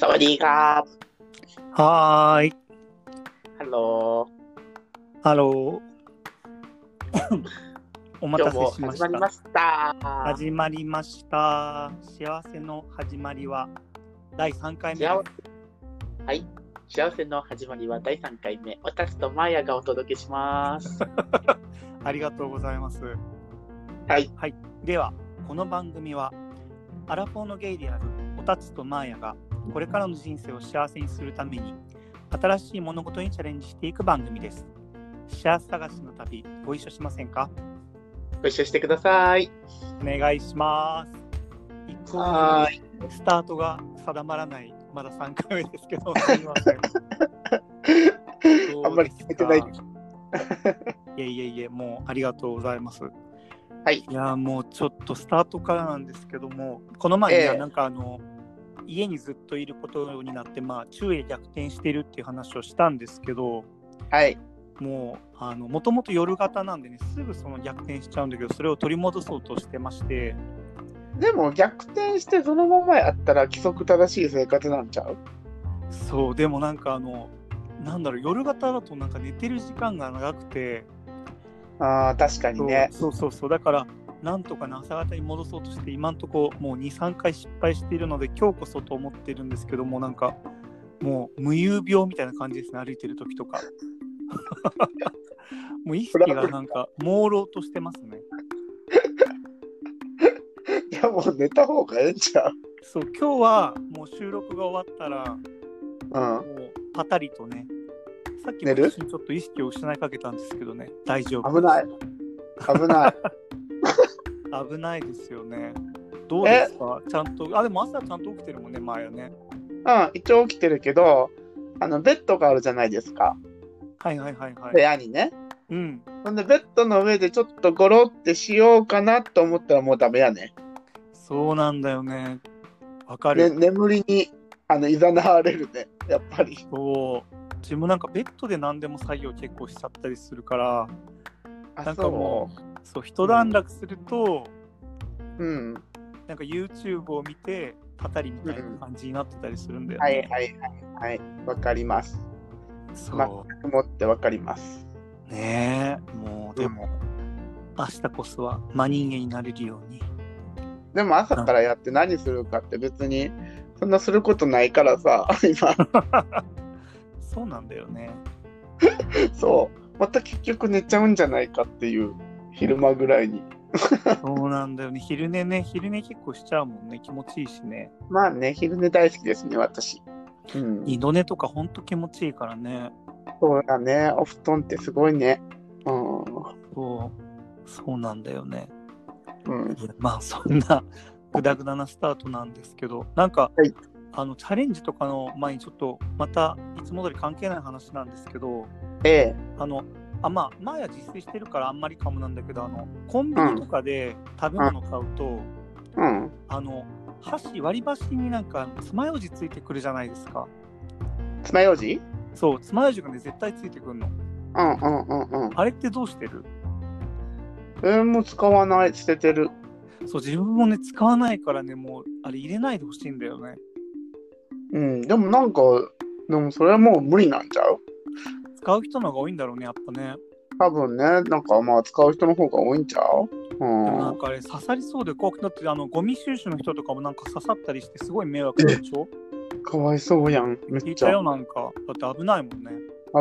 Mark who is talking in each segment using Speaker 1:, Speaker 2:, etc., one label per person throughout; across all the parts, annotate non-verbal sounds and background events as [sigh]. Speaker 1: สวัสดีครับ
Speaker 2: はーい。
Speaker 1: ฮัลโหล
Speaker 2: ハロー。お待
Speaker 1: 今日
Speaker 2: たせ
Speaker 1: も
Speaker 2: しま
Speaker 1: 始ま
Speaker 2: し
Speaker 1: り
Speaker 2: た。
Speaker 1: ました。
Speaker 2: 始まりました。幸せの始まりは第3回目で
Speaker 1: 幸せはい。幸せの始まりは第3回目。私とマーヤがお届けします。
Speaker 2: す。ありがとうございます。
Speaker 1: はい。
Speaker 2: では、この番組はアラフォーのゲイであるおたつとマーヤがこれからの人生を幸せにするために新しい物事にチャレンジしていく番組です。幸せ探しの旅、ご一緒しませんか
Speaker 1: ご一緒してください。
Speaker 2: お願いします。一向に
Speaker 1: はーい。
Speaker 2: スタートが定まらない、まだ3回目ですけど、すみません。
Speaker 1: [laughs] あんまり決めてないです。
Speaker 2: いやいやいや、もうありがとうございます。
Speaker 1: はい。
Speaker 2: いや、もうちょっとスタートからなんですけども、この前、ね
Speaker 1: ええ
Speaker 2: なんかあの、家にずっといることになって、まあ、昼夜逆転してるっていう話をしたんですけど、
Speaker 1: はい。
Speaker 2: もう、あの、もともと夜型なんでね、すぐその逆転しちゃうんだけど、それを取り戻そうとしてまして、
Speaker 1: でも逆転してそのままやったら規則正しい生活なんちゃう
Speaker 2: そうでもなんかあのなんだろう夜型だとなんか寝てる時間が長くて
Speaker 1: ああ、確かにね。
Speaker 2: そうそうそうそうだからなんとかね朝方に戻そうとして今んとこもう23回失敗しているので今日こそと思ってるんですけどもなんかもう無遊病みたいな感じですね歩いてる時とか [laughs] もう意識がなんか朦朧としてますね
Speaker 1: いや、もう寝た方がええんちゃう
Speaker 2: そう今日はもう収録が終わったら
Speaker 1: うん。
Speaker 2: もうパタリとねさっきも
Speaker 1: 寝る
Speaker 2: 一瞬ちょっと意識を失いかけたんですけどね大丈夫
Speaker 1: 危ない。危 [laughs] ない。
Speaker 2: 危ないですよね。どうですかちゃんと、あ、でも朝ちゃんと起きてるもんね、前はね。
Speaker 1: うん、一応起きてるけど、あの、ベッドがあるじゃないですか。
Speaker 2: はいはいはいは
Speaker 1: 部
Speaker 2: い。
Speaker 1: 屋にね。
Speaker 2: うん。
Speaker 1: ほんで、ベッドの上でちょっとゴロってしようかなと思ったらもうダメやね。
Speaker 2: そうなんだよね。わか
Speaker 1: ね
Speaker 2: る。
Speaker 1: 眠りに、あの、いざなわれるね。やっぱり。
Speaker 2: そう。自分なんかベッドで何でも作業結構しちゃったりするから、 [laughs] な
Speaker 1: あ、
Speaker 2: んかも、
Speaker 1: そう
Speaker 2: そう、一段落すると、
Speaker 1: う。うん。
Speaker 2: なんか YouTube を見て、たたりみたいな感じになってたりするんだよね。
Speaker 1: はいはいはいはい。わかります。
Speaker 2: そ
Speaker 1: 思ってわかります。
Speaker 2: う。ねえ。もう、でも、明日こそは真人間になれるように。
Speaker 1: でも朝からやって何するかって別に、そんなすることないからさ、 [laughs] 今、
Speaker 2: そうなんだよね。
Speaker 1: そう。また結局寝ちゃうんじゃないかっていう、昼間ぐらいに。
Speaker 2: そうなんだよね。昼寝ね、昼寝結構しちゃうもんね。気持ちいいしね。
Speaker 1: まあね、昼寝大好きですね、私。うん。
Speaker 2: 二度寝とかほんと気持ちいいからね。
Speaker 1: そうだね、お布団ってすごいね。うん。
Speaker 2: そう、そうなんだよね。
Speaker 1: うん。
Speaker 2: いやまあそんなグダグダなスタートなんですけど、なんか、
Speaker 1: はい
Speaker 2: あのチャレンジとかの前にちょっとまたいつも通り関係ない話なんですけど、
Speaker 1: ええ。
Speaker 2: あの、あまあ、前は自炊してるからあんまりかもなんだけど、あのコンビニとかで食べ物買うと、
Speaker 1: うん。
Speaker 2: あの箸割り箸になんか爪楊枝ついてくるじゃないですか。
Speaker 1: 爪楊枝
Speaker 2: そう、爪楊枝がね、絶対ついてくるの。
Speaker 1: うんうんうんうん。
Speaker 2: あれってどうしてる
Speaker 1: えー、もう使わない、捨ててる。
Speaker 2: そう、自分もね、使わないからね、もう、あれ入れないでほしいんだよね。
Speaker 1: うん。でもなんか、でもそれはもう無理なんちゃう
Speaker 2: 使う人の方が多いんだろうね、やっぱね。
Speaker 1: 多分ね、なんかまあ使う人の方が多いんちゃうう。
Speaker 2: でもなんんかあれ、刺さりそうで怖くなって、あの、ゴミ収集の人とかもなんか刺さったりして、すごい迷惑でしょ
Speaker 1: かわいそうやん。め
Speaker 2: 聞
Speaker 1: っ
Speaker 2: い
Speaker 1: ち
Speaker 2: た
Speaker 1: ゃ
Speaker 2: よ、。なんか。だって危ないもんね。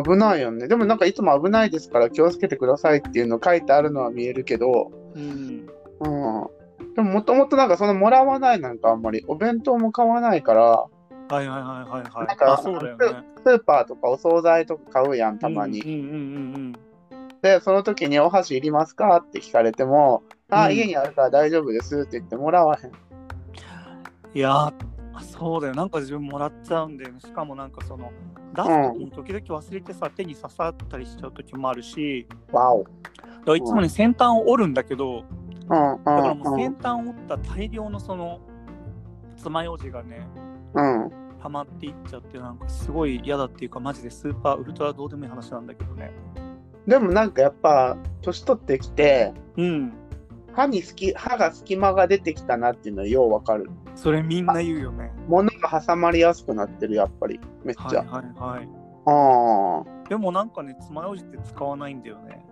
Speaker 1: 危ないよね。でもなんかいつも危ないですから気をつけてくださいっていうの書いてあるのは見えるけど、う
Speaker 2: うん。
Speaker 1: ん。でももともとなんかそのもらわないなんかあんまり、お弁当も買わないから、
Speaker 2: はいはいはいはいは
Speaker 1: なん
Speaker 2: い。
Speaker 1: か
Speaker 2: あ、そうだよね。
Speaker 1: スーパーとかお惣菜とか買うやん、たまに。
Speaker 2: うんうんうんうん
Speaker 1: で、その時にお箸いりますかって聞かれても、あ、
Speaker 2: うん
Speaker 1: 家にあるから大丈夫ですって言ってもらわへん。
Speaker 2: うん。いやー、あそうだよ。なんか自分もらっちゃうんだよね。しかもなんかその、出す時に時々忘れてさ、手に刺さったりしちゃう時もあるし、
Speaker 1: わお。
Speaker 2: だからいつもね、先端を折るんだけど、
Speaker 1: うん
Speaker 2: だからも
Speaker 1: う
Speaker 2: う
Speaker 1: うん
Speaker 2: ん先端を折った大量のその爪楊枝がね、
Speaker 1: うん。
Speaker 2: 溜まっていっちゃって、なんかすごい嫌だっていうか、マジでスーパーウルトラどうでもいい話なんだけどね。
Speaker 1: でもなんかやっぱ、年取ってきて、
Speaker 2: うん。
Speaker 1: 歯に隙歯が隙間が出てきたなっていうのはようわかる。
Speaker 2: それみんな言うよね。
Speaker 1: 物が挟まりやすくなってる、やっぱり。めっ
Speaker 2: はい
Speaker 1: ちゃ。
Speaker 2: はいはい。
Speaker 1: ああ。
Speaker 2: でもなんかね、爪楊枝って使わないんだよね。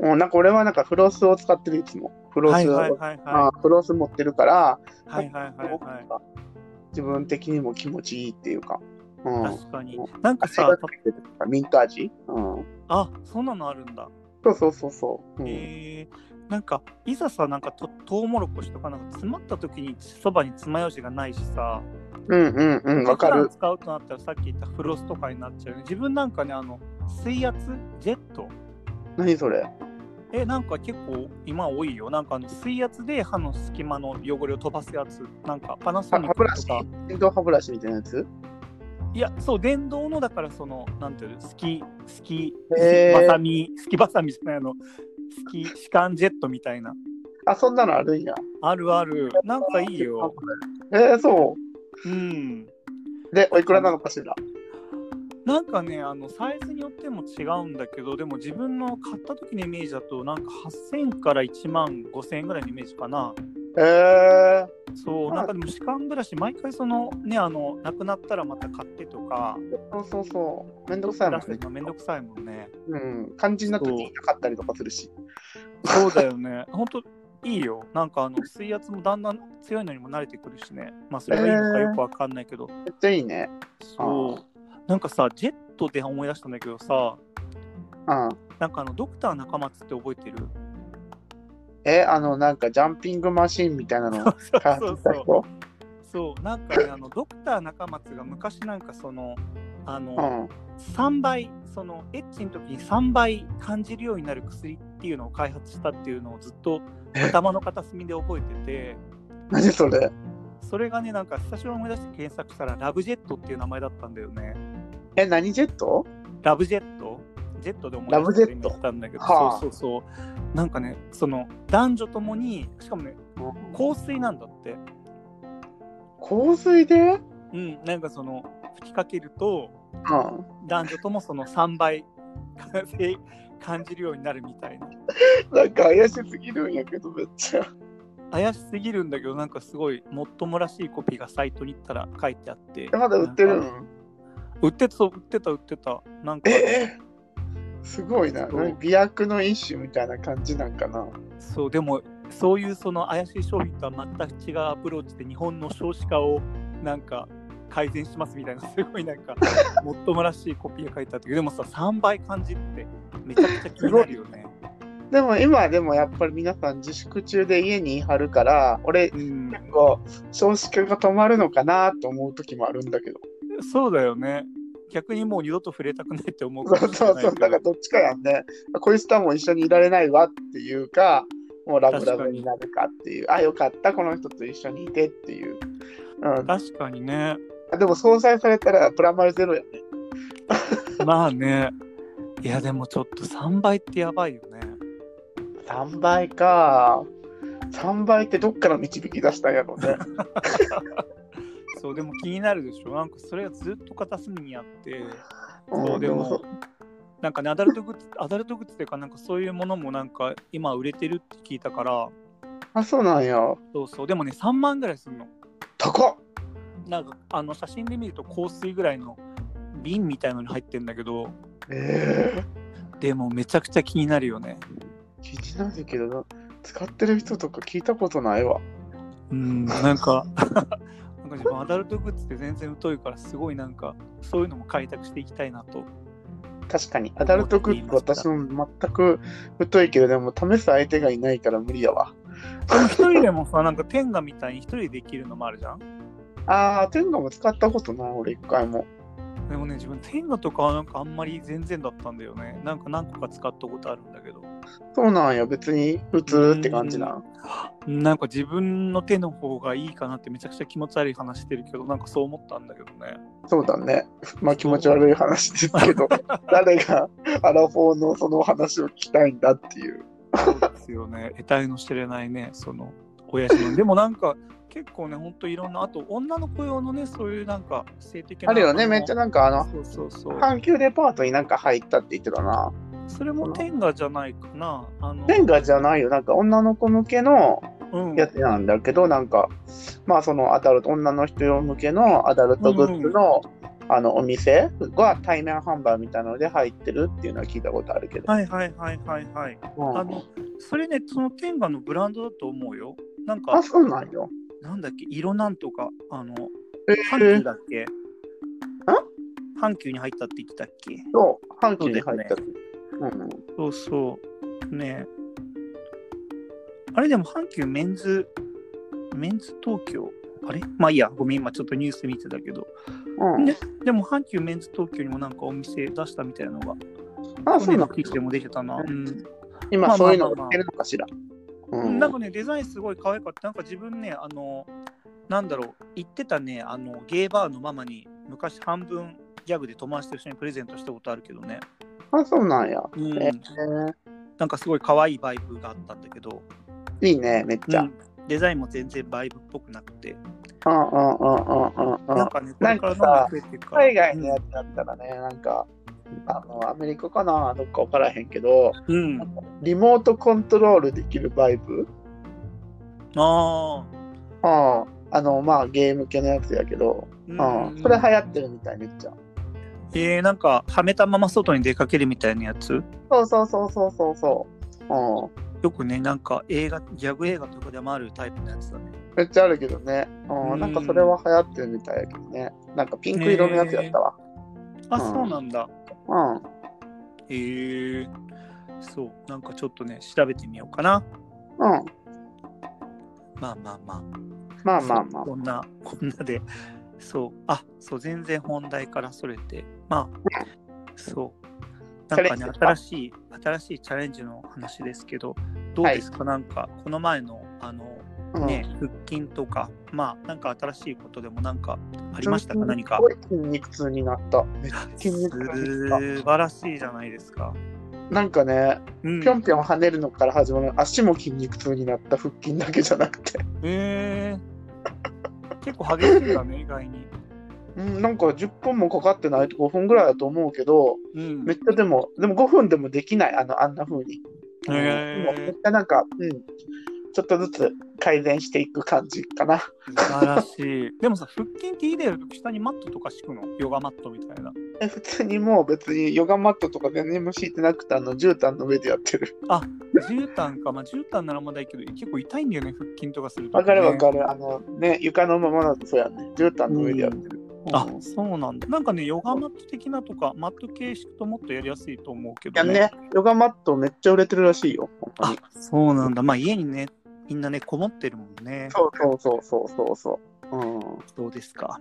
Speaker 1: うん、なんか俺はなんかフロスを使ってるいつも。フロス、
Speaker 2: はいはいはい
Speaker 1: あ
Speaker 2: は
Speaker 1: ーフロス持ってるから、
Speaker 2: い。はいはいはいはい。
Speaker 1: 自分的にも気持ちいいっていうか。うん。
Speaker 2: 確かに。なんか
Speaker 1: 汗
Speaker 2: さ
Speaker 1: が、かけてるからミント味うん。
Speaker 2: あそんなのあるんだ。
Speaker 1: そうそうそうそう。うん
Speaker 2: へえなんかいざさなんかとトウモロコシとかなんか詰まった時にそばに爪楊枝がないしさ
Speaker 1: うんうんうん、わか
Speaker 2: 普
Speaker 1: る
Speaker 2: 段。使うとなったらさっき言ったフロスとかになっちゃうよね自分なんかねあの水圧ジェット
Speaker 1: 何それ
Speaker 2: えなんか結構今多いよなんかあの水圧で歯の隙間の汚れを飛ばすやつなんかパナソ
Speaker 1: あ
Speaker 2: ニ
Speaker 1: 歯
Speaker 2: ッ
Speaker 1: ブラ
Speaker 2: ク
Speaker 1: シ
Speaker 2: とか
Speaker 1: 電動歯ブラシみたいなやつ
Speaker 2: いやそう電動のだからそのなんていうのスキスキ
Speaker 1: へー
Speaker 2: バサミスキバサミじゃないあのスキ歯間ジェットみたいな
Speaker 1: あ、そんなのあるんや。
Speaker 2: あるあるなんかいいよ
Speaker 1: えー、そ
Speaker 2: うん
Speaker 1: う。で、おいくらなのかしら
Speaker 2: なんかねあのサイズによっても違うんだけどでも自分の買った時のイメージだとなんか8000から1万5000円ぐらいのイメージかな
Speaker 1: えー、
Speaker 2: そうなんかでも歯間ブラシ毎回そのねあのなくなったらまた買ってとか
Speaker 1: そうそうそう。めんどくさいもん
Speaker 2: 出す
Speaker 1: ね。
Speaker 2: のめんどくさいもんね
Speaker 1: うん。肝心な時に痛かったりとかするし。
Speaker 2: そうだよね [laughs] ほんといいよなんかあの水圧もだんだん強いのにも慣れてくるしねまあそれがいいのかよくわかんないけど、
Speaker 1: めっちゃいいね。
Speaker 2: そうなんかさジェットで思い出したんだけどさ
Speaker 1: うん。
Speaker 2: なんかあのドクター中松って覚えてる
Speaker 1: え、あの、なんかジャンピングマシンみたいなのを
Speaker 2: [laughs] そう
Speaker 1: 開発
Speaker 2: そう
Speaker 1: し
Speaker 2: そ
Speaker 1: た
Speaker 2: う
Speaker 1: 人
Speaker 2: そうなんかねあのドクター中松が昔なんかそのあ
Speaker 1: う
Speaker 2: の、
Speaker 1: ん。
Speaker 2: 3倍そのエッチの時に3倍感じるようになる薬っていうのを開発したっていうのをずっと頭の片隅で覚えてて
Speaker 1: 何それ
Speaker 2: それがねなんか久しぶりに思い出して検索したらラブジェットっていう名前だったんだよね
Speaker 1: え、何ジェット
Speaker 2: ラブジェットジェットで思い出して今言ったんだけど、
Speaker 1: ラブジェットはあ
Speaker 2: そうそうそうなんかねその男女ともにしかもね香水なんだって
Speaker 1: 香水でうん。
Speaker 2: うんなんかその吹きかけると男女ともその3倍感じるようになるみたいな
Speaker 1: なんか怪しすぎるんやけど、めっちゃ。
Speaker 2: 怪しすぎるんだけどなんかすごいもっともらしいコピーがサイトに行ったら書いてあって
Speaker 1: えまだ売ってる
Speaker 2: なんか
Speaker 1: の
Speaker 2: 売ってたそう売ってた売ってたなんか
Speaker 1: えーすごいな。
Speaker 2: そう
Speaker 1: なんか美薬の一種みたいな感じなんかな。
Speaker 2: そうでもそういうその怪しい商品とは全く違うアプローチで日本の少子化をなんか改善しますみたいなす [laughs] ごいなんかもっともらしいコピーが書いてあったけどでもさ3倍感じるってめちゃくちゃ気になるよ
Speaker 1: [laughs]
Speaker 2: ね。
Speaker 1: でも今でもやっぱり皆さん自粛中で家にいはるから、俺
Speaker 2: うん、
Speaker 1: 結構少子化が止まるのかなと思う時もあるんだけど。
Speaker 2: そうだよね。逆にもう二度と触れたくないって思う
Speaker 1: そうそうそう。だからどっちかやんね。こいつとはもう一緒にいられないわっていうか、もうラブラブになるかっていう。あ、よかった、この人と一緒にいてっていう。うん
Speaker 2: 確かにね。
Speaker 1: あ、でも総裁されたらプラマイゼロやね。
Speaker 2: まあね。いやでもちょっと3倍ってやばいよね。
Speaker 1: 3倍か。3倍ってどっから導き出したんやろうね。
Speaker 2: そうでも気になるでしょ。なんかそれがずっと片隅にあって。そ
Speaker 1: ん
Speaker 2: うでも、なんかね、アダルトグッズ、アダルトグッズっていうか、なんかそういうものもなんか今売れてるって聞いたから、
Speaker 1: あ、そうなんや。
Speaker 2: そうそう、でもね、3万ぐらいするの。
Speaker 1: 高っ
Speaker 2: なんかあの写真で見ると香水ぐらいの瓶みたいのに入ってんだけど、
Speaker 1: ええ
Speaker 2: でもめちゃくちゃ気になるよね。
Speaker 1: 気になるけどな使ってる人とか聞いたことないわ
Speaker 2: うん、 [laughs] なんか、なんか自分アダルトグッズって全然疎いから、すごいなんか、そういうのも開拓していきたいなと。
Speaker 1: 確かにアダルトグッズ私も全く太いけどでも試す相手がいないから無理やわ
Speaker 2: でも一人でもさ、なんか天下みたいに一人でできるのもあるじゃん。
Speaker 1: あー天下も使ったことない俺一回も
Speaker 2: でもね、自分、天下とかはなんかあんまり全然だったんだよね。なんか何個か使ったことあるんだけど。
Speaker 1: そうなんや別に普通って感じな
Speaker 2: なんか自分の手の方がいいかなってめちゃくちゃ気持ち悪い話してるけど、なんかそう思ったんだけどね。
Speaker 1: そうだねまあ気持ち悪い話ですけど誰がアラフォーのその話を聞きたいんだっていう
Speaker 2: そうですよね。得体の知れないね、その、親父の。でもなんか、結構ね、ほんといろんな、あと女の子用のね、そういうなんか性的な。
Speaker 1: あるよねめっちゃ
Speaker 2: な。
Speaker 1: なんかあの
Speaker 2: そうそうそう。
Speaker 1: 阪急デパートになんか入ったって言ってたな
Speaker 2: それも天下じゃないかな。あの
Speaker 1: 天下じゃないよ。なんか女の子向けの
Speaker 2: うん、
Speaker 1: やつなんだけど、なんか、まあそのアダルト、女の人用向けのアダルトグッズの、あのお店が対面販売みたいなので入ってるっていうのは聞いたことあるけど。
Speaker 2: はいはいはいはいはい。
Speaker 1: うん
Speaker 2: あの、それね、その天下のブランドだと思うよ。なんか
Speaker 1: あ、、そうなんよ。
Speaker 2: なんだっけ、色なんとか、あの、
Speaker 1: え
Speaker 2: 阪急
Speaker 1: ー、
Speaker 2: だっけ阪急に入ったって言ってたっけ
Speaker 1: そう、阪急に入った。うん、
Speaker 2: そうそう。ねあれでも阪急メンズ、メンズ東京。あれまあいいや、ごめん、今ちょっとニュース見てたけど。
Speaker 1: うん
Speaker 2: ねでも阪急メンズ東京にもなんかお店出したみたいなのが、
Speaker 1: あ、そ
Speaker 2: 去
Speaker 1: う
Speaker 2: 年
Speaker 1: な
Speaker 2: の
Speaker 1: ん
Speaker 2: 記事でも出てたな。うんま
Speaker 1: 今
Speaker 2: あまあ
Speaker 1: そういうの売ってるのかしら。うん
Speaker 2: なんかね、デザインすごい可愛かった。なんか自分ね、あの、なんだろう、行ってたね、あの、ゲイバーのママに昔半分ギャグで友達と一緒にプレゼントしたことあるけどね。
Speaker 1: あ、そうなんや。
Speaker 2: うん。
Speaker 1: え
Speaker 2: なんかすごい可愛いバイブがあったんだけど、
Speaker 1: ーいいね、めっちゃ。う
Speaker 2: うんんデザインも全然バイブっぽくなくて、
Speaker 1: うんうんうんうんう
Speaker 2: なんん。かね、これからのが増えていくから。
Speaker 1: 海外のやつだったらね、なんか、あの、アメリカかな、どっかわからへんけど、
Speaker 2: うん。うん
Speaker 1: リモートコントロールできるバイブ、
Speaker 2: あ
Speaker 1: うん、あの、まあ、ゲーム系のやつやけど、
Speaker 2: あ。
Speaker 1: う、
Speaker 2: うんん
Speaker 1: それ流行ってるみたい、めっちゃ。
Speaker 2: えー、なんか、はめたまま外に出かけるみたいなやつ
Speaker 1: そうそうそうそうそうそう。う
Speaker 2: よくね、なんか映画、ギャグ映画とかでもあるタイプのやつだね。
Speaker 1: ん、めっちゃあるけどね、うん
Speaker 2: うん
Speaker 1: なんかそれは流行ってるみたいやけどね。なんかピンク色のやつやったわ。
Speaker 2: あ、
Speaker 1: うん
Speaker 2: そうなんだ。
Speaker 1: うん。
Speaker 2: へえそう、なんかちょっとね、調べてみようかな。
Speaker 1: うん。
Speaker 2: まあまあま
Speaker 1: ま
Speaker 2: あ。
Speaker 1: あまあまあ
Speaker 2: そう。こんな、こんなで。そう、あそう、全然本題からそれて。まあ、そう。なん
Speaker 1: チャ
Speaker 2: か
Speaker 1: レンジ
Speaker 2: ね
Speaker 1: です、か
Speaker 2: 新しい、新しいチャレンジの話ですけど、どうですか、なんか、この前の、あの、
Speaker 1: うん
Speaker 2: ね、腹筋とか、まあ、なんか新しいことでもなんかありましたか、何か
Speaker 1: す。ごい筋肉痛になった。めっちゃ筋
Speaker 2: 素
Speaker 1: 肉痛になっ
Speaker 2: 晴らしいじゃないですか。
Speaker 1: た。なんかね、
Speaker 2: うん
Speaker 1: ぴょんぴょん跳ねるのから始まる足も筋肉痛になった腹筋だけじゃなくて、 [laughs]
Speaker 2: へえ結構激しいんだね、意外に。
Speaker 1: うん、なんか10分もかかってないと5分ぐらいだと思うけど、
Speaker 2: うん
Speaker 1: めっちゃでも、でも5分でもできない、あのあんな風に。うん
Speaker 2: へー
Speaker 1: でもめっちゃなんか、うん、ちょっとずつ改善していく感じかな。
Speaker 2: 素晴らしい。でもさ、腹筋っていいだよ。下にマットとか敷くのヨガマットみたいな。
Speaker 1: え普通にもう別にヨガマットとか全然も敷いてなくて、あの絨毯の上でやってる。
Speaker 2: 絨毯か、まあ絨毯ならまだいいけど、結構痛いんだよね、腹筋とかすると、
Speaker 1: わかるわかる。あのね、床のままだとそうやね。絨毯の上でやってる。
Speaker 2: あ
Speaker 1: うん、
Speaker 2: そうなんだ。なんかね、ヨガマット的なとか、マット形式ともっとやりやすいと思うけ
Speaker 1: いや
Speaker 2: ど、
Speaker 1: ね、ヨガマットめっちゃ売れてるらしいよ。ほんま
Speaker 2: あ
Speaker 1: に、
Speaker 2: そうなんだ。まあ家にね、みんなね、こもってるもんね。
Speaker 1: そうそうそうそうそうそう。うん。
Speaker 2: そうですか。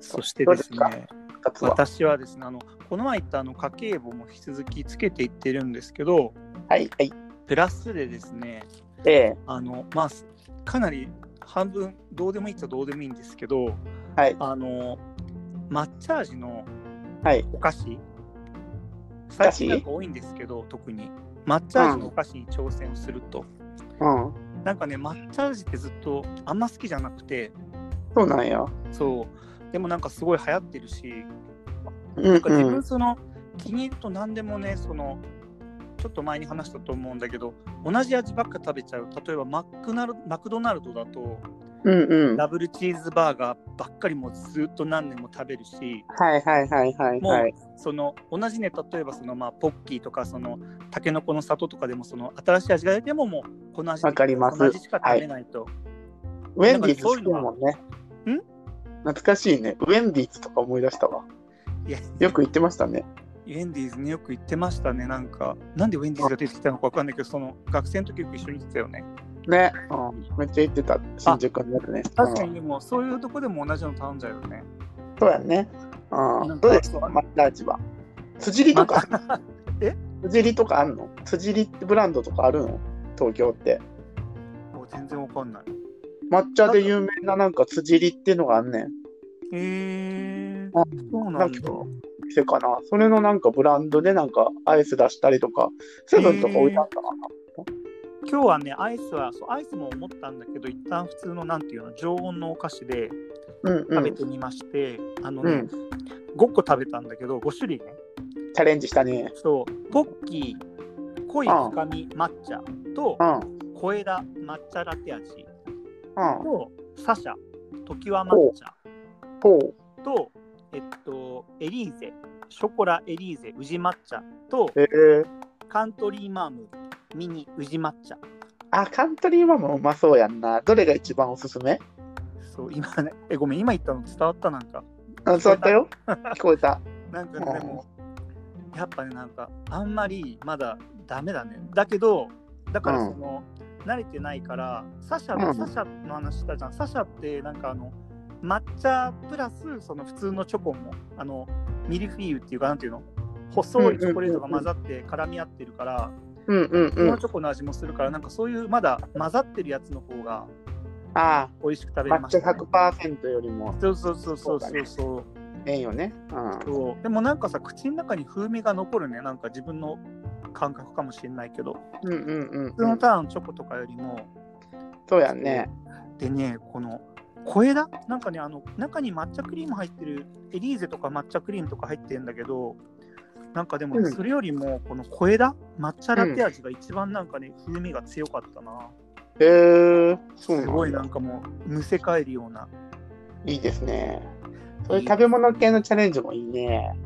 Speaker 2: そして
Speaker 1: どう
Speaker 2: で
Speaker 1: ですすか
Speaker 2: ね。
Speaker 1: 二つは。
Speaker 2: 私はですねあのこの前言ったあの家計簿も引き続きつけていってるんですけど
Speaker 1: はいはい。
Speaker 2: プラスでですね
Speaker 1: ええ
Speaker 2: あのまあすかなり半分どうでもいいっちゃどうでもいいんですけど
Speaker 1: はい
Speaker 2: あの抹茶味の
Speaker 1: はい
Speaker 2: お菓子
Speaker 1: 菓子
Speaker 2: 最近なんか多いんですけど特に抹茶味のお菓子に挑戦をすると、
Speaker 1: うん。
Speaker 2: なんかね抹茶味ってずっとあんま好きじゃなくて
Speaker 1: そうなんや。
Speaker 2: そうでもなんかすごい流行ってるし
Speaker 1: うん
Speaker 2: なんか自
Speaker 1: うん
Speaker 2: 分。その気に入ると何でもねそのちょっと前に話したと思うんだけど同じ味ばっか食べちゃう例えばマクナルマクドナルドだと
Speaker 1: うんうん。は
Speaker 2: ダブルチーズバーガーばっかりもうずっと何年も食べるし
Speaker 1: いはいはいはい
Speaker 2: も
Speaker 1: はい。
Speaker 2: うその同じね例えばそのまあポッキーとかそのたけのこの里とかでもその新しい味が出てももうこの味
Speaker 1: わかります
Speaker 2: この味しか食べないと、
Speaker 1: ウェンディーズ好きだもんね。
Speaker 2: ん
Speaker 1: 懐かしいね。ウェンディーズとか思い出したわ。
Speaker 2: いや
Speaker 1: よく言ってましたね。
Speaker 2: ウェンディーズによく行ってましたねなんかなんでウェンディーズが出てきたのかわかんないけどその学生の時よく一緒に行ってたよね
Speaker 1: ね。うん。めっちゃ言ってた。新宿のやつね。
Speaker 2: 確か
Speaker 1: うん
Speaker 2: にでもそういうとこでも同じの頼んじゃうよね。
Speaker 1: そうやね。う。
Speaker 2: なんん
Speaker 1: ど
Speaker 2: か
Speaker 1: うですか、マッチャ味は。辻りとか。
Speaker 2: え
Speaker 1: 辻りとかあんの辻りってブランドとかあるの東京って。
Speaker 2: もう全然わかんない。
Speaker 1: 抹茶で有名ななんか辻りっていうのがあんねん。
Speaker 2: へえー。
Speaker 1: あ
Speaker 2: そう
Speaker 1: な
Speaker 2: なんん
Speaker 1: か
Speaker 2: だ。
Speaker 1: 店かな。それのなんかブランドでなんかアイス出したりとか、セブンとか置いてあったかな。
Speaker 2: 今日はね、アイスは、そうアイスも思ったんだけど、一旦普通のなんていうの、常温のお菓子で
Speaker 1: うんう
Speaker 2: 食べ
Speaker 1: ん。
Speaker 2: てみまして、あの
Speaker 1: う
Speaker 2: ね、
Speaker 1: ん、
Speaker 2: 5個食べたんだけど、5種類ね。
Speaker 1: ャレンジしたね。
Speaker 2: そう、ポッキー、濃いつかみ抹茶と
Speaker 1: う、ん、うん、
Speaker 2: 小枝抹茶ラテ味
Speaker 1: ほ
Speaker 2: と、サシャ、ときわ抹茶
Speaker 1: う、
Speaker 2: と、えっと、エリーゼ、ショコラエリーゼ、宇治抹茶と、
Speaker 1: えー、
Speaker 2: カントリーマーム、ミニ宇治抹茶。
Speaker 1: あ、カントリーマンもうまそうやんな。どれが一番おすすめ
Speaker 2: そう、今ね、え、ごめん、今言ったの伝わったなんか。
Speaker 1: あ、そうだった
Speaker 2: [laughs]
Speaker 1: よ。聞こえた。
Speaker 2: なんかねでも、やっぱね、なんか、あんまりまだダメだね。だけど、だからその、慣れてないから、サシャ
Speaker 1: う
Speaker 2: の、
Speaker 1: ん
Speaker 2: サシャの話したじゃん。サシャって、なんかあの、抹茶プラス、その普通のチョコも、あの、ミルフィーユっていうか、なんていうの細いチョコレートが混ざって絡み合ってるか
Speaker 1: うんうん
Speaker 2: ら、普通
Speaker 1: う
Speaker 2: の
Speaker 1: ん。
Speaker 2: チョコの味もするから、なんかそういうまだ混ざってるやつの方が
Speaker 1: あ
Speaker 2: 美味しく食
Speaker 1: ー、
Speaker 2: べれま
Speaker 1: 抹
Speaker 2: し
Speaker 1: 茶
Speaker 2: た、ね。
Speaker 1: 100%よりも
Speaker 2: そうそうそうそうそうそう。
Speaker 1: ええよね。うん。
Speaker 2: そうでもなんかさ口の中に風味が残るねなんか自分の感覚かもしれないけど
Speaker 1: うんうんうん
Speaker 2: 普通
Speaker 1: う
Speaker 2: の
Speaker 1: ん。
Speaker 2: ターンチョコとかよりも、
Speaker 1: そうやね。
Speaker 2: でねこの小枝なんかねあの中に抹茶クリーム入ってるエリーゼとか抹茶クリームとか入ってるんだけどなんかでもね、
Speaker 1: うん
Speaker 2: それよりもこの小枝抹茶ラテ味が一番なんかね、風味が強かったな
Speaker 1: へえー、そう
Speaker 2: すごい
Speaker 1: な
Speaker 2: なんん
Speaker 1: だ。
Speaker 2: かもうむせ返るようない
Speaker 1: いですね。そうい
Speaker 2: いうい
Speaker 1: 食べ物系のチャレンジもいいね。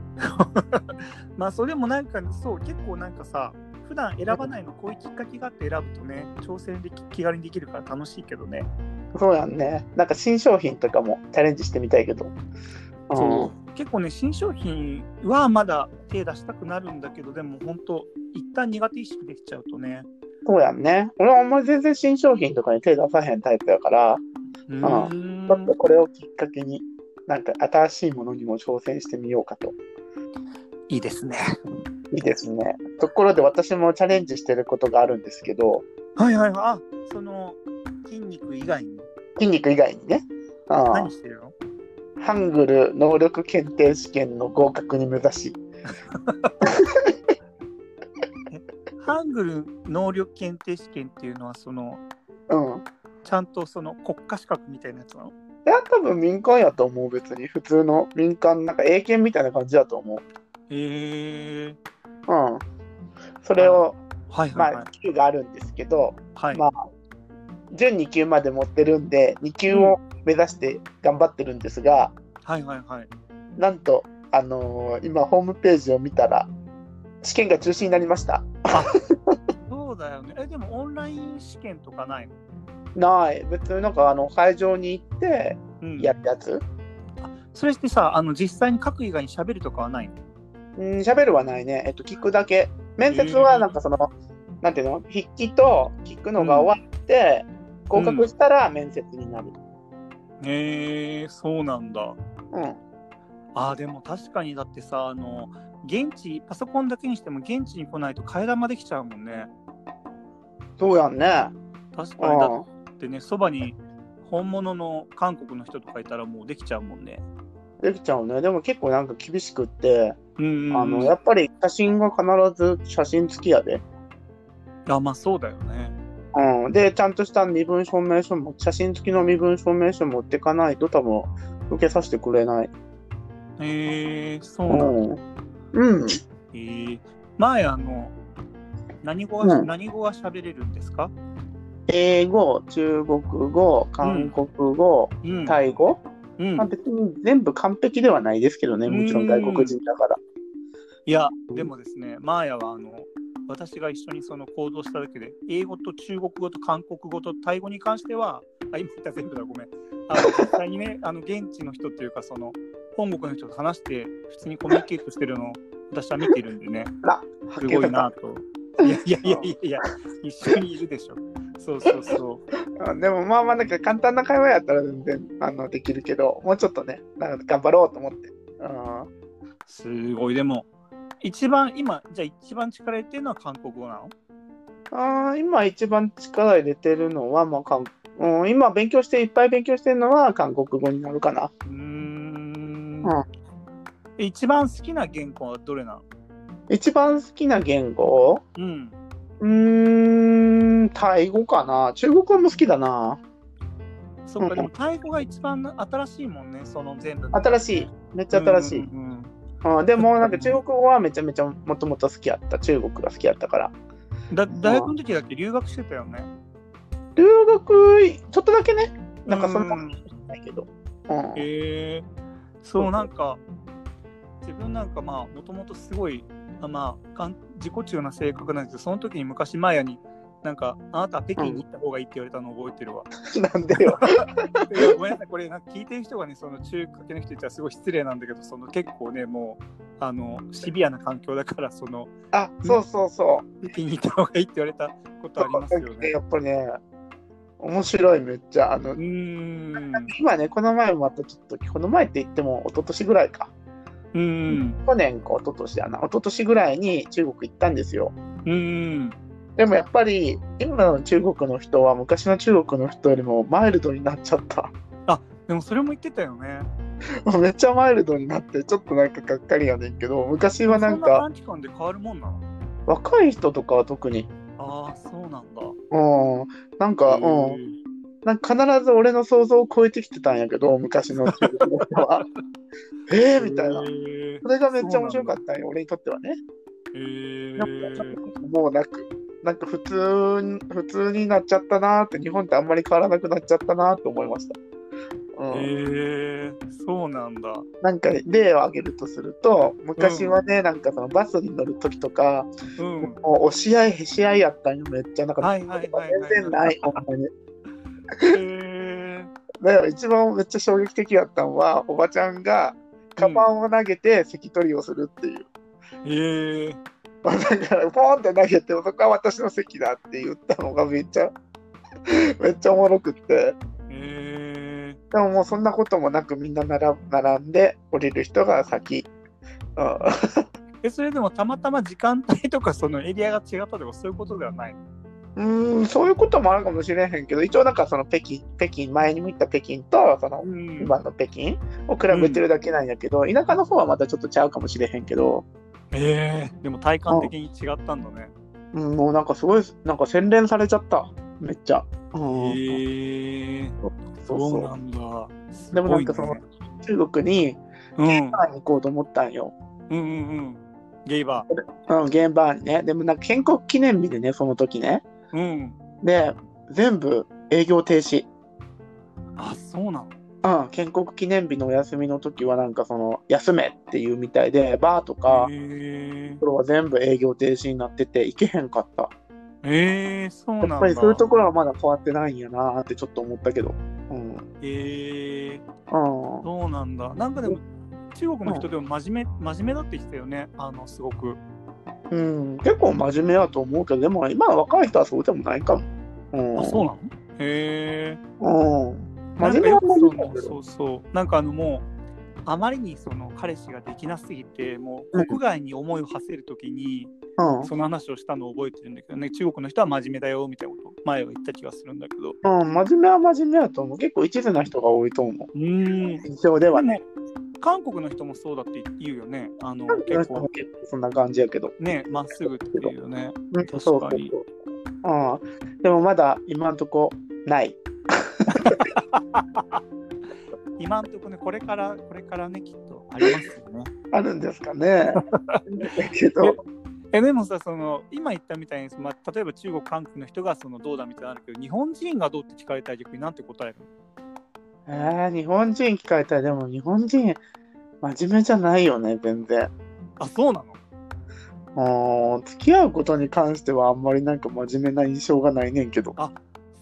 Speaker 2: まあそれもなんかそう結構なんかさ普段選ばないのこういうきっかけがあって選ぶとね挑戦でき気軽にできるから楽しいけどね
Speaker 1: そうやんね。なんか新商品とかもチャレンジしてみたいけど。うん
Speaker 2: そう結構ね新商品はまだ手出したくなるんだけどでも本当一旦苦手意識できちゃうとね
Speaker 1: そうやんね。俺はあんまり全然新商品とかに手出さへんタイプやから、
Speaker 2: う
Speaker 1: あ
Speaker 2: ーん
Speaker 1: ちょっとこれをきっかけに、なんか新しいものにも挑戦してみようかと。
Speaker 2: いいですね
Speaker 1: いいですね。ところで私もチャレンジしてることがあるんですけど、
Speaker 2: はいはいはいあその筋肉以外に
Speaker 1: 筋肉以外にね、あ
Speaker 2: 何してるの
Speaker 1: ハングル能力検定試験の合格に目指し、
Speaker 2: ハングル能力検定試験っていうのはその
Speaker 1: うん。
Speaker 2: ちゃんとその国家資格みたいなやつな
Speaker 1: い
Speaker 2: の
Speaker 1: や、多分民間やと思う、別に。普通の民間、なんか英検みたいな感じだと思う。
Speaker 2: へえ
Speaker 1: うん。それを、
Speaker 2: はいは
Speaker 1: ま
Speaker 2: いはい
Speaker 1: あ、級があるんですけど、
Speaker 2: はい、
Speaker 1: まあ、準2級まで持ってるんで、2級を目指して頑張ってるんですが、
Speaker 2: はいはいはい。
Speaker 1: なんと、あのー今、ホームページを見たら、試験が中止になりました。
Speaker 2: そうだよね。え、でもオンライン試験とかないの
Speaker 1: ない、別になんかあの会場に行って
Speaker 2: うん
Speaker 1: やるやつ、
Speaker 2: それしてさ、あの実際に書く以外に喋るとかはないの
Speaker 1: うん、喋るはないね、えっと、聞くだけ。面接はなんかその、なんていうの、筆記と聞くのが終わって、合格したら面接になる。
Speaker 2: へえそうなんだ。
Speaker 1: うん、
Speaker 2: あー、でも確かにだってさ、あの、現地、パソコンだけにしても現地に来ないと替え玉できちゃうもんね。
Speaker 1: そうやんね。
Speaker 2: 確
Speaker 1: う
Speaker 2: かにだ
Speaker 1: ん
Speaker 2: ってね、そばに本物の韓国の人とかいたらもうできちゃうもんね。
Speaker 1: できちゃうね。でも結構なんか厳しくって、
Speaker 2: うんうんうん、
Speaker 1: あのやっぱり写真が必ず写真付きやで。
Speaker 2: いや、まあそうだよね。
Speaker 1: うん、で、ちゃんとした身分証明書も、写真付きの身分証明書持ってかないと多分受けさせてくれない。
Speaker 2: へえそう
Speaker 1: う
Speaker 2: なんだ。
Speaker 1: ん。うん。
Speaker 2: えー、前あの何語が、
Speaker 1: うん
Speaker 2: 何語が喋れるんですか？
Speaker 1: 英語、中国語、韓国語、
Speaker 2: うん
Speaker 1: タ
Speaker 2: い。
Speaker 1: イ語、
Speaker 2: うん
Speaker 1: まあ、。別に全部完璧ではないですけどね、もちろん外国人だから。
Speaker 2: いやでもですね、マーヤはあの私が一緒にその行動しただけで英語と中国語と韓国語とタイ語に関してはあ今言った全部だごめん。あの実際にねあの現地の人っていうかその本国の人と話して普通にコミュニケートしてるのを私は見てるんでね。
Speaker 1: あ
Speaker 2: すごいな
Speaker 1: 発
Speaker 2: と。いやいやいやいやいや一緒にいるでしょ。そうそうそう。
Speaker 1: 見たうんでもまあまあなんか簡単な会話やったら全然あのできるけど、もうちょっとね、なんか頑張ろうと思って。うん
Speaker 2: すごい、でも、一番、今、じゃあ一番力入れてるのは韓国語なの
Speaker 1: あー今一番力入れてるのは、まあ韓うん、今勉強して、いっぱい勉強してるのは韓国語になるかな。
Speaker 2: うー
Speaker 1: う
Speaker 2: ん
Speaker 1: ん
Speaker 2: え一番好きな言語はどれなの
Speaker 1: 一番好きな言語
Speaker 2: うん。
Speaker 1: うーん、タイ語かな。中国語も好きだな。
Speaker 2: そうか、
Speaker 1: うん
Speaker 2: でもタイ語が一番新しいもんね、その全部の。
Speaker 1: 新しい。めっちゃ新しい。
Speaker 2: うんうんうん
Speaker 1: うん、でもなんか中国語はめちゃめちゃもともと好きやった中国が好きやったから
Speaker 2: だ大学の時だって留学してたよね。
Speaker 1: 留学ちょっとだけねなんかそんなことないけど、うん
Speaker 2: へえ
Speaker 1: そ
Speaker 2: そううなんか自分なんかまあもともとすごいあまあかん自己中な性格なんですけどその時に昔マーヤになんかあなたは北京に行った方がいいって言われたのを覚えてるわ。
Speaker 1: なんでよ
Speaker 2: いやごめんなさいこれなんか聞いてる人がねその中華系の人言ったらすごい失礼なんだけどその結構ねもうあのシビアな環境だからその
Speaker 1: あそうそうそう
Speaker 2: 北京に行った方がいいって言われたことありますよね
Speaker 1: や。っぱね面白いめっちゃあの
Speaker 2: うーん
Speaker 1: 今ねこの前またちょっとこの前って言っても一昨年ぐらいか
Speaker 2: うーん
Speaker 1: 去年か一昨年やな一昨年ぐらいに中国行ったんですよ
Speaker 2: うーん
Speaker 1: でもやっぱり今の中国の人は昔の中国の人よりもマイルドになっちゃった
Speaker 2: でもそれも言ってたよね。
Speaker 1: めっちゃマイルドになってちょっとなんかがっかりやねんけど昔はなん
Speaker 2: そんな
Speaker 1: か
Speaker 2: 短期間で変わるもんなの
Speaker 1: 若い人とかは特に
Speaker 2: ああそうなんだ。
Speaker 1: うんなんかうんなんか必ず俺の想像を超えてきてたんやけど昔の中国の人
Speaker 2: [laughs]
Speaker 1: はえーみたいな
Speaker 2: へ
Speaker 1: それがめっちゃ面白かったんよ俺にとってはね
Speaker 2: え
Speaker 1: なんかもうなく、なんか普通に普通になっちゃったなーって、日本ってあんまり変わらなくなっちゃったなーって思いました。うん
Speaker 2: へえそうなんだ。
Speaker 1: なんか例を挙げるとすると、昔はね、なんかそのバスに乗るときとか、
Speaker 2: うん。
Speaker 1: もう押し合い、へし合いやったんよ、めっちゃ。なんか、
Speaker 2: はいはいはいはい
Speaker 1: 全然ない、ほんまに。
Speaker 2: へえ
Speaker 1: だから一番めっちゃ衝撃的やったのは、おばちゃんが、カバンを投げて関取りをするっていう。
Speaker 2: へえ
Speaker 1: だから、ポーンって投げて、そこは私の席だって言ったのがめっちゃ、 [laughs] めっちゃおもろくって。
Speaker 2: へえ
Speaker 1: でももうそんなこともなくみんな並ぶ並んで降りる人が先。うん、
Speaker 2: えそれでもたまたま時間帯とかそのエリアが違ったとかそういうことではない。
Speaker 1: うーんそういうこともあるかもしれへんけど一応なんかその北京北京前に見た北京とその
Speaker 2: ん
Speaker 1: 今の北京を比べてるだけなんやけど、田舎の方はまたちょっとちゃうかもしれへんけど、
Speaker 2: へえでも体感的に違ったんだね。
Speaker 1: うん、もうなんかすごいなんか洗練されちゃっためっちゃ。うん
Speaker 2: へえ
Speaker 1: そ
Speaker 2: そうう
Speaker 1: そ
Speaker 2: なんだ。
Speaker 1: うでもなんかその、中国に
Speaker 2: うんうん
Speaker 1: バーに行こうと思ったんよ、
Speaker 2: うんうん。ゲイバー。
Speaker 1: うん、現場にねでもなんか建国記念日でねその時ね
Speaker 2: うん。
Speaker 1: で全部営業停止
Speaker 2: あそうなの。
Speaker 1: うん、建国記念日のお休みの時はなんかその休めっていうみたいでバーとか
Speaker 2: へ
Speaker 1: ところは全部営業停止になってて行けへんかった
Speaker 2: えへえそうなんだ。
Speaker 1: やっぱりそういうところはまだ変わってないんやなーってちょっと思ったけどうん、
Speaker 2: へえ
Speaker 1: うん、
Speaker 2: そうなんだ。なんかでも中国の人でも真面目、真面目だって言ってたよね。あのすごく。
Speaker 1: うん、結構真面目やと思うけどでも今の若い人はそうでもないかもうん
Speaker 2: あそうなの。へえ。
Speaker 1: うん
Speaker 2: な
Speaker 1: 真面
Speaker 2: んか
Speaker 1: 目
Speaker 2: よ
Speaker 1: は
Speaker 2: く
Speaker 1: 真面
Speaker 2: そ
Speaker 1: 目だ
Speaker 2: の
Speaker 1: けど
Speaker 2: そうそう。なんかあのもうあまりにその彼氏ができなすぎてもう国外に思いを馳せるときに、その話をしたのを覚えてるんだけどね。中国の人は真面目だよみたいなことを前は言った気がするんだけど。
Speaker 1: うん、うん、真面目は真面目やと思う結構一途な人が多いと思う
Speaker 2: うーん。
Speaker 1: 印象で
Speaker 2: でも
Speaker 1: はね
Speaker 2: 韓国の人もそうだって言うよね。あの
Speaker 1: 結
Speaker 2: 結
Speaker 1: 構
Speaker 2: 構
Speaker 1: 結構そんな感じやけど
Speaker 2: ね、まっすぐっていうよね。
Speaker 1: うん
Speaker 2: 確かに
Speaker 1: そうそうそう、うん、でもまだ今んとこない。
Speaker 2: 今んとこね、これから、これからね、きっとありますよね。
Speaker 1: あるんですか
Speaker 2: [laughs]
Speaker 1: ね。けど、
Speaker 2: え、でもさ、その、今言ったみたいに、まあ、例えば中国、韓国の人がそのどうだみたいなのあるけど、日本人がどうって聞かれたら逆になんて答えるの
Speaker 1: えー日本人聞かれたらでも日本人真面目じゃないよね全然。
Speaker 2: あ、そうなの
Speaker 1: うん付き合うことに関してはあんまりなんか真面目な印象がないねんけど。
Speaker 2: あ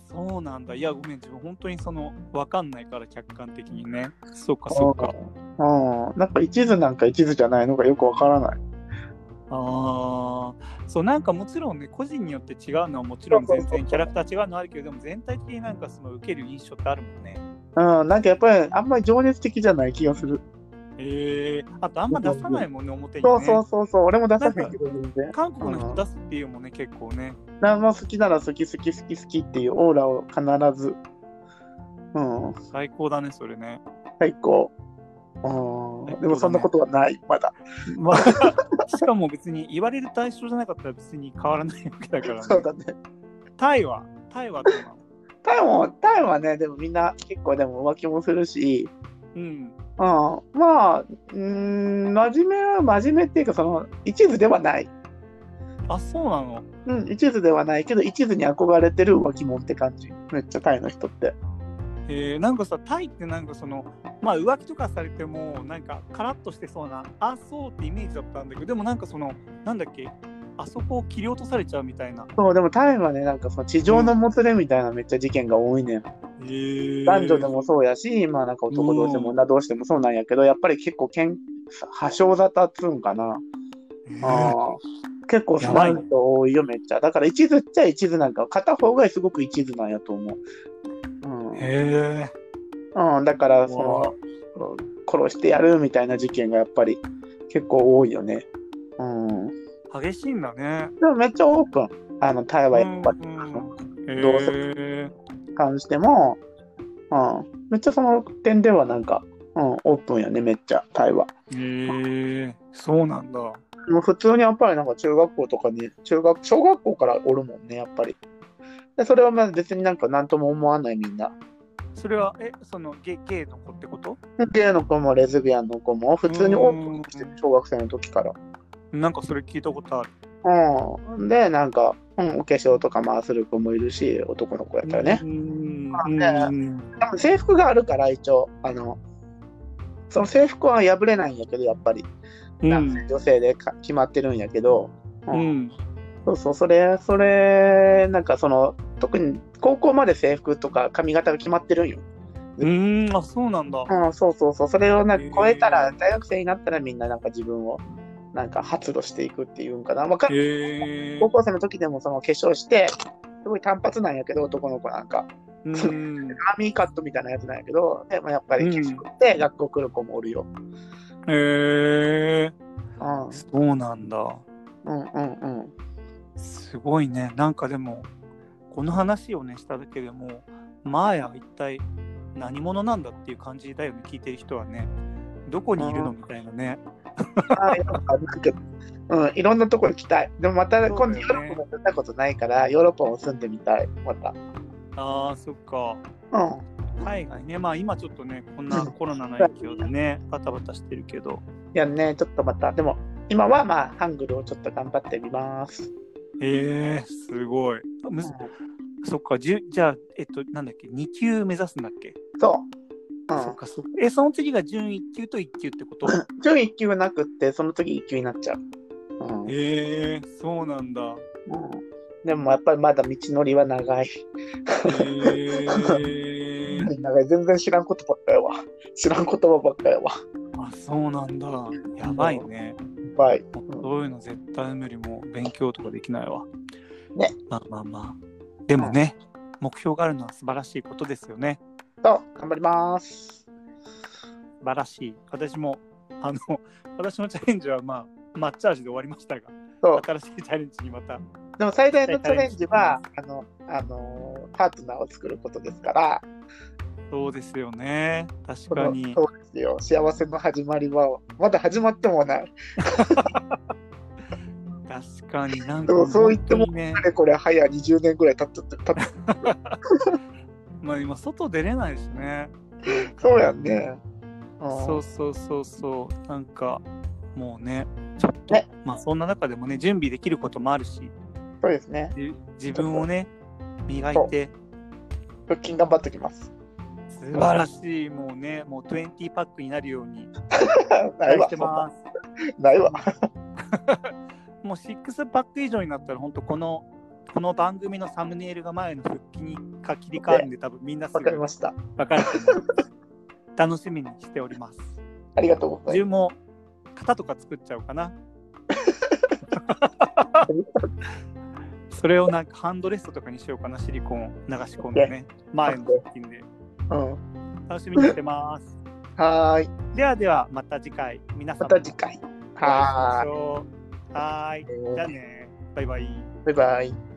Speaker 2: そうなんだ。いや、ごめん、自分、本当にその、わかんないから、客観的にね。そっか、そっか。
Speaker 1: うん、なんか一途なんか一途じゃないのがよくわからない。
Speaker 2: ああ、そう、なんかもちろんね、個人によって違うのはもちろん全然キャラクター違うのはあるけれども、全体的になんかその受ける印象ってあるもんね。
Speaker 1: うん、なんかやっぱりあんまり情熱的じゃない気がする。
Speaker 2: へえあとあんま出さないもんね、表にね。
Speaker 1: そうそうそうそう、俺も出さへんけど全然。
Speaker 2: 韓国の人出すっていうもんね、結構ね。
Speaker 1: 何も好きなら好き好き好き好きっていうオーラを必ず。うん、
Speaker 2: 最高だね、それね。
Speaker 1: 最高。うん、でもそんなことはない、まだ。
Speaker 2: まあ、 [laughs] しかも別に言われる対象じゃなかったら別に変わらないわけだから、
Speaker 1: そう
Speaker 2: ね。
Speaker 1: だね。
Speaker 2: タイは、タイはどうなの
Speaker 1: タイも、タイはね、でもみんな結構でも浮気もするし、
Speaker 2: うん。
Speaker 1: うんうん、まあ、うーん、真面目は真面目っていうか、その、一途ではない。
Speaker 2: あ、そうなの
Speaker 1: うん、一途ではないけど、一途に憧れてる浮気者って感じ。めっちゃタイの人って。
Speaker 2: えー、なんかさタイってなんかそのまあ浮気とかされてもなんかカラッとしてそうなあそうってイメージだったんだけどでもなんかそのなんだっけあそこを切り落とされちゃうみたいな
Speaker 1: そう、でもタイはね、なんかその地上のもつれみたいなめっちゃ事件が多いねん。
Speaker 2: えー
Speaker 1: 男女でもそうやし、まあなんか男同士でも女同士でもそうなんやけど、やっぱり結構けん、破傷沙汰っつうんかな。
Speaker 2: えー
Speaker 1: あー結構そういう人多いよ、めっちゃ。だから一途っちゃ一途なんか、片方がすごく一途なんやと思う。
Speaker 2: へえ
Speaker 1: うん、うん、だからそ
Speaker 2: わ
Speaker 1: の、殺してやるみたいな事件がやっぱり結構多いよね。うん。
Speaker 2: 激しいんだね
Speaker 1: でもめっちゃオープン。あの、台湾やっぱり
Speaker 2: うんう
Speaker 1: その
Speaker 2: ん
Speaker 1: どう
Speaker 2: へえ
Speaker 1: 関しても、うん。めっちゃその点ではなんか、うん、オープンやね、めっちゃ、台湾。
Speaker 2: へえそうなんだ
Speaker 1: もう普通にやっぱりなんか中学校とかに、中学、小学校からおるもんね、やっぱり。でそれはまあ別になんか何とも思わないみんな。
Speaker 2: それはえそのゲゲイの子ってこと
Speaker 1: ゲイの子もレズビアンの子も普通にオープンしてる、小学生の時から。
Speaker 2: なんかそれ聞いたことある
Speaker 1: うん。で、なんか、うん、お化粧とかまあする子もいるし、男の子やったらね。
Speaker 2: うん
Speaker 1: あ
Speaker 2: う
Speaker 1: ね
Speaker 2: ん
Speaker 1: 多分制服があるから一応あのその制服は破れないんやけどやっぱり、男性女性でか決まってるんやけど、う
Speaker 2: うんん
Speaker 1: そうそうそれそれなんかその特に高校まで制服とか髪型が決まってるんよ、
Speaker 2: うんあそうなんだ
Speaker 1: うん、そうそうそうそれをなん
Speaker 2: へー
Speaker 1: か超えたら大学生になったらみんななんか自分をなんか発露していくっていうんかなわか
Speaker 2: へえ
Speaker 1: 高校生の時でもその化粧してすごい単発なんやけど男の子なんか
Speaker 2: うん
Speaker 1: アーミーカットみたいなやつなんやけどでもやっぱり
Speaker 2: うん
Speaker 1: 化粧して学校来る子もおるよ、
Speaker 2: へえ
Speaker 1: うん
Speaker 2: そうなんだ
Speaker 1: うんうん
Speaker 2: [laughs]
Speaker 1: うん。
Speaker 2: すごいねなんかでもこの話をねしただけでもマーヤは一体何者なんだっていう感じだよね聞いてる人はねどこにいるのみたいなね
Speaker 1: あーなんかなんかうん、いろんなとこ行きたい。でもまた
Speaker 2: そうだよ
Speaker 1: 今
Speaker 2: ね
Speaker 1: 度ヨーロッパも行ったことないから、ヨーロッパも住んでみたい、また。
Speaker 2: あーそっか
Speaker 1: うん、
Speaker 2: 海外ねまあ今ちょっとねこんなコロナの影響でねバタバタしてるけど
Speaker 1: いやね、ちょっとまた、でも今はまあ、ハングルをちょっと頑張ってみます。
Speaker 2: えー、すごいあむず
Speaker 1: う
Speaker 2: そっかじゅじゃあえっとなんだっけ2級目指すんだっけ、
Speaker 1: んそう。 [laughs]
Speaker 2: そっ
Speaker 1: う
Speaker 2: かそっかえその次が準1級と1級ってこと
Speaker 1: ん、準1級はなくって、その時1級になっちゃう。うんうん、
Speaker 2: へえそうなんだ。
Speaker 1: でもやっぱりまだ道のりは長い。
Speaker 2: へえ。
Speaker 1: 長い全然知らんことばっかやわ。知らん言葉ばっかやわ。
Speaker 2: あそうなんだ。やばいね。
Speaker 1: バイ。
Speaker 2: そういうの絶対無理もう勉強とかできないわ。
Speaker 1: ね。
Speaker 2: まあまあまあ。でもね、目標があるのは素晴らしいことですよね。
Speaker 1: と、頑張ります。
Speaker 2: 素晴らしい。私も、あの、私のチャレンジはまあ、抹茶味で終わりましたが、
Speaker 1: そう。
Speaker 2: 新しいチャレンジにまた。
Speaker 1: でも最大のチャレンジは、あの、あの、パートナーを作ることですから、
Speaker 2: そうですよね。確
Speaker 1: そ
Speaker 2: か
Speaker 1: の
Speaker 2: に
Speaker 1: そ。うですよ。幸せの始まりは、まだ始まってもない。
Speaker 2: 確かになん
Speaker 1: で
Speaker 2: か
Speaker 1: もそう言っても
Speaker 2: 本当にね
Speaker 1: かれこれ、早20年ぐらい経っちゃって、経っ
Speaker 2: まあ今、外出れないしね。
Speaker 1: そうやんね。うん
Speaker 2: そうそうそうそうなんかもうねちょっと、
Speaker 1: ね
Speaker 2: まあそんな中でもね準備できることもあるし
Speaker 1: そうですね。
Speaker 2: じ自分をね磨いて
Speaker 1: 腹筋頑張ってきます。 [laughs]
Speaker 2: 素晴らしいもうねもう20パックになるように期
Speaker 1: ない
Speaker 2: 待
Speaker 1: わ
Speaker 2: し。てます
Speaker 1: ないわ。
Speaker 2: もう6パック以上になったら本当このこの番組のサムネイルが前の復帰にか切り替わるんで多分みんなすぐ
Speaker 1: わかりました。
Speaker 2: 分かると思う楽しみにしております
Speaker 1: ありがとうござい
Speaker 2: 自
Speaker 1: ま
Speaker 2: 分も型とか作っちゃおうかな [laughs]
Speaker 1: す。
Speaker 2: それをなんかハンドレストとかにしようかな、シリコンを流し込んでね、前の腹筋で。
Speaker 1: うん、
Speaker 2: 楽しみにしてます。
Speaker 1: はーい。
Speaker 2: ではでは、また次回、皆さ
Speaker 1: ま
Speaker 2: んも
Speaker 1: た
Speaker 2: お会いし
Speaker 1: 次回。
Speaker 2: ま
Speaker 1: は
Speaker 2: しょう。はーい。じゃあ
Speaker 1: ーい。
Speaker 2: ね、バイバイ。
Speaker 1: バイバイ。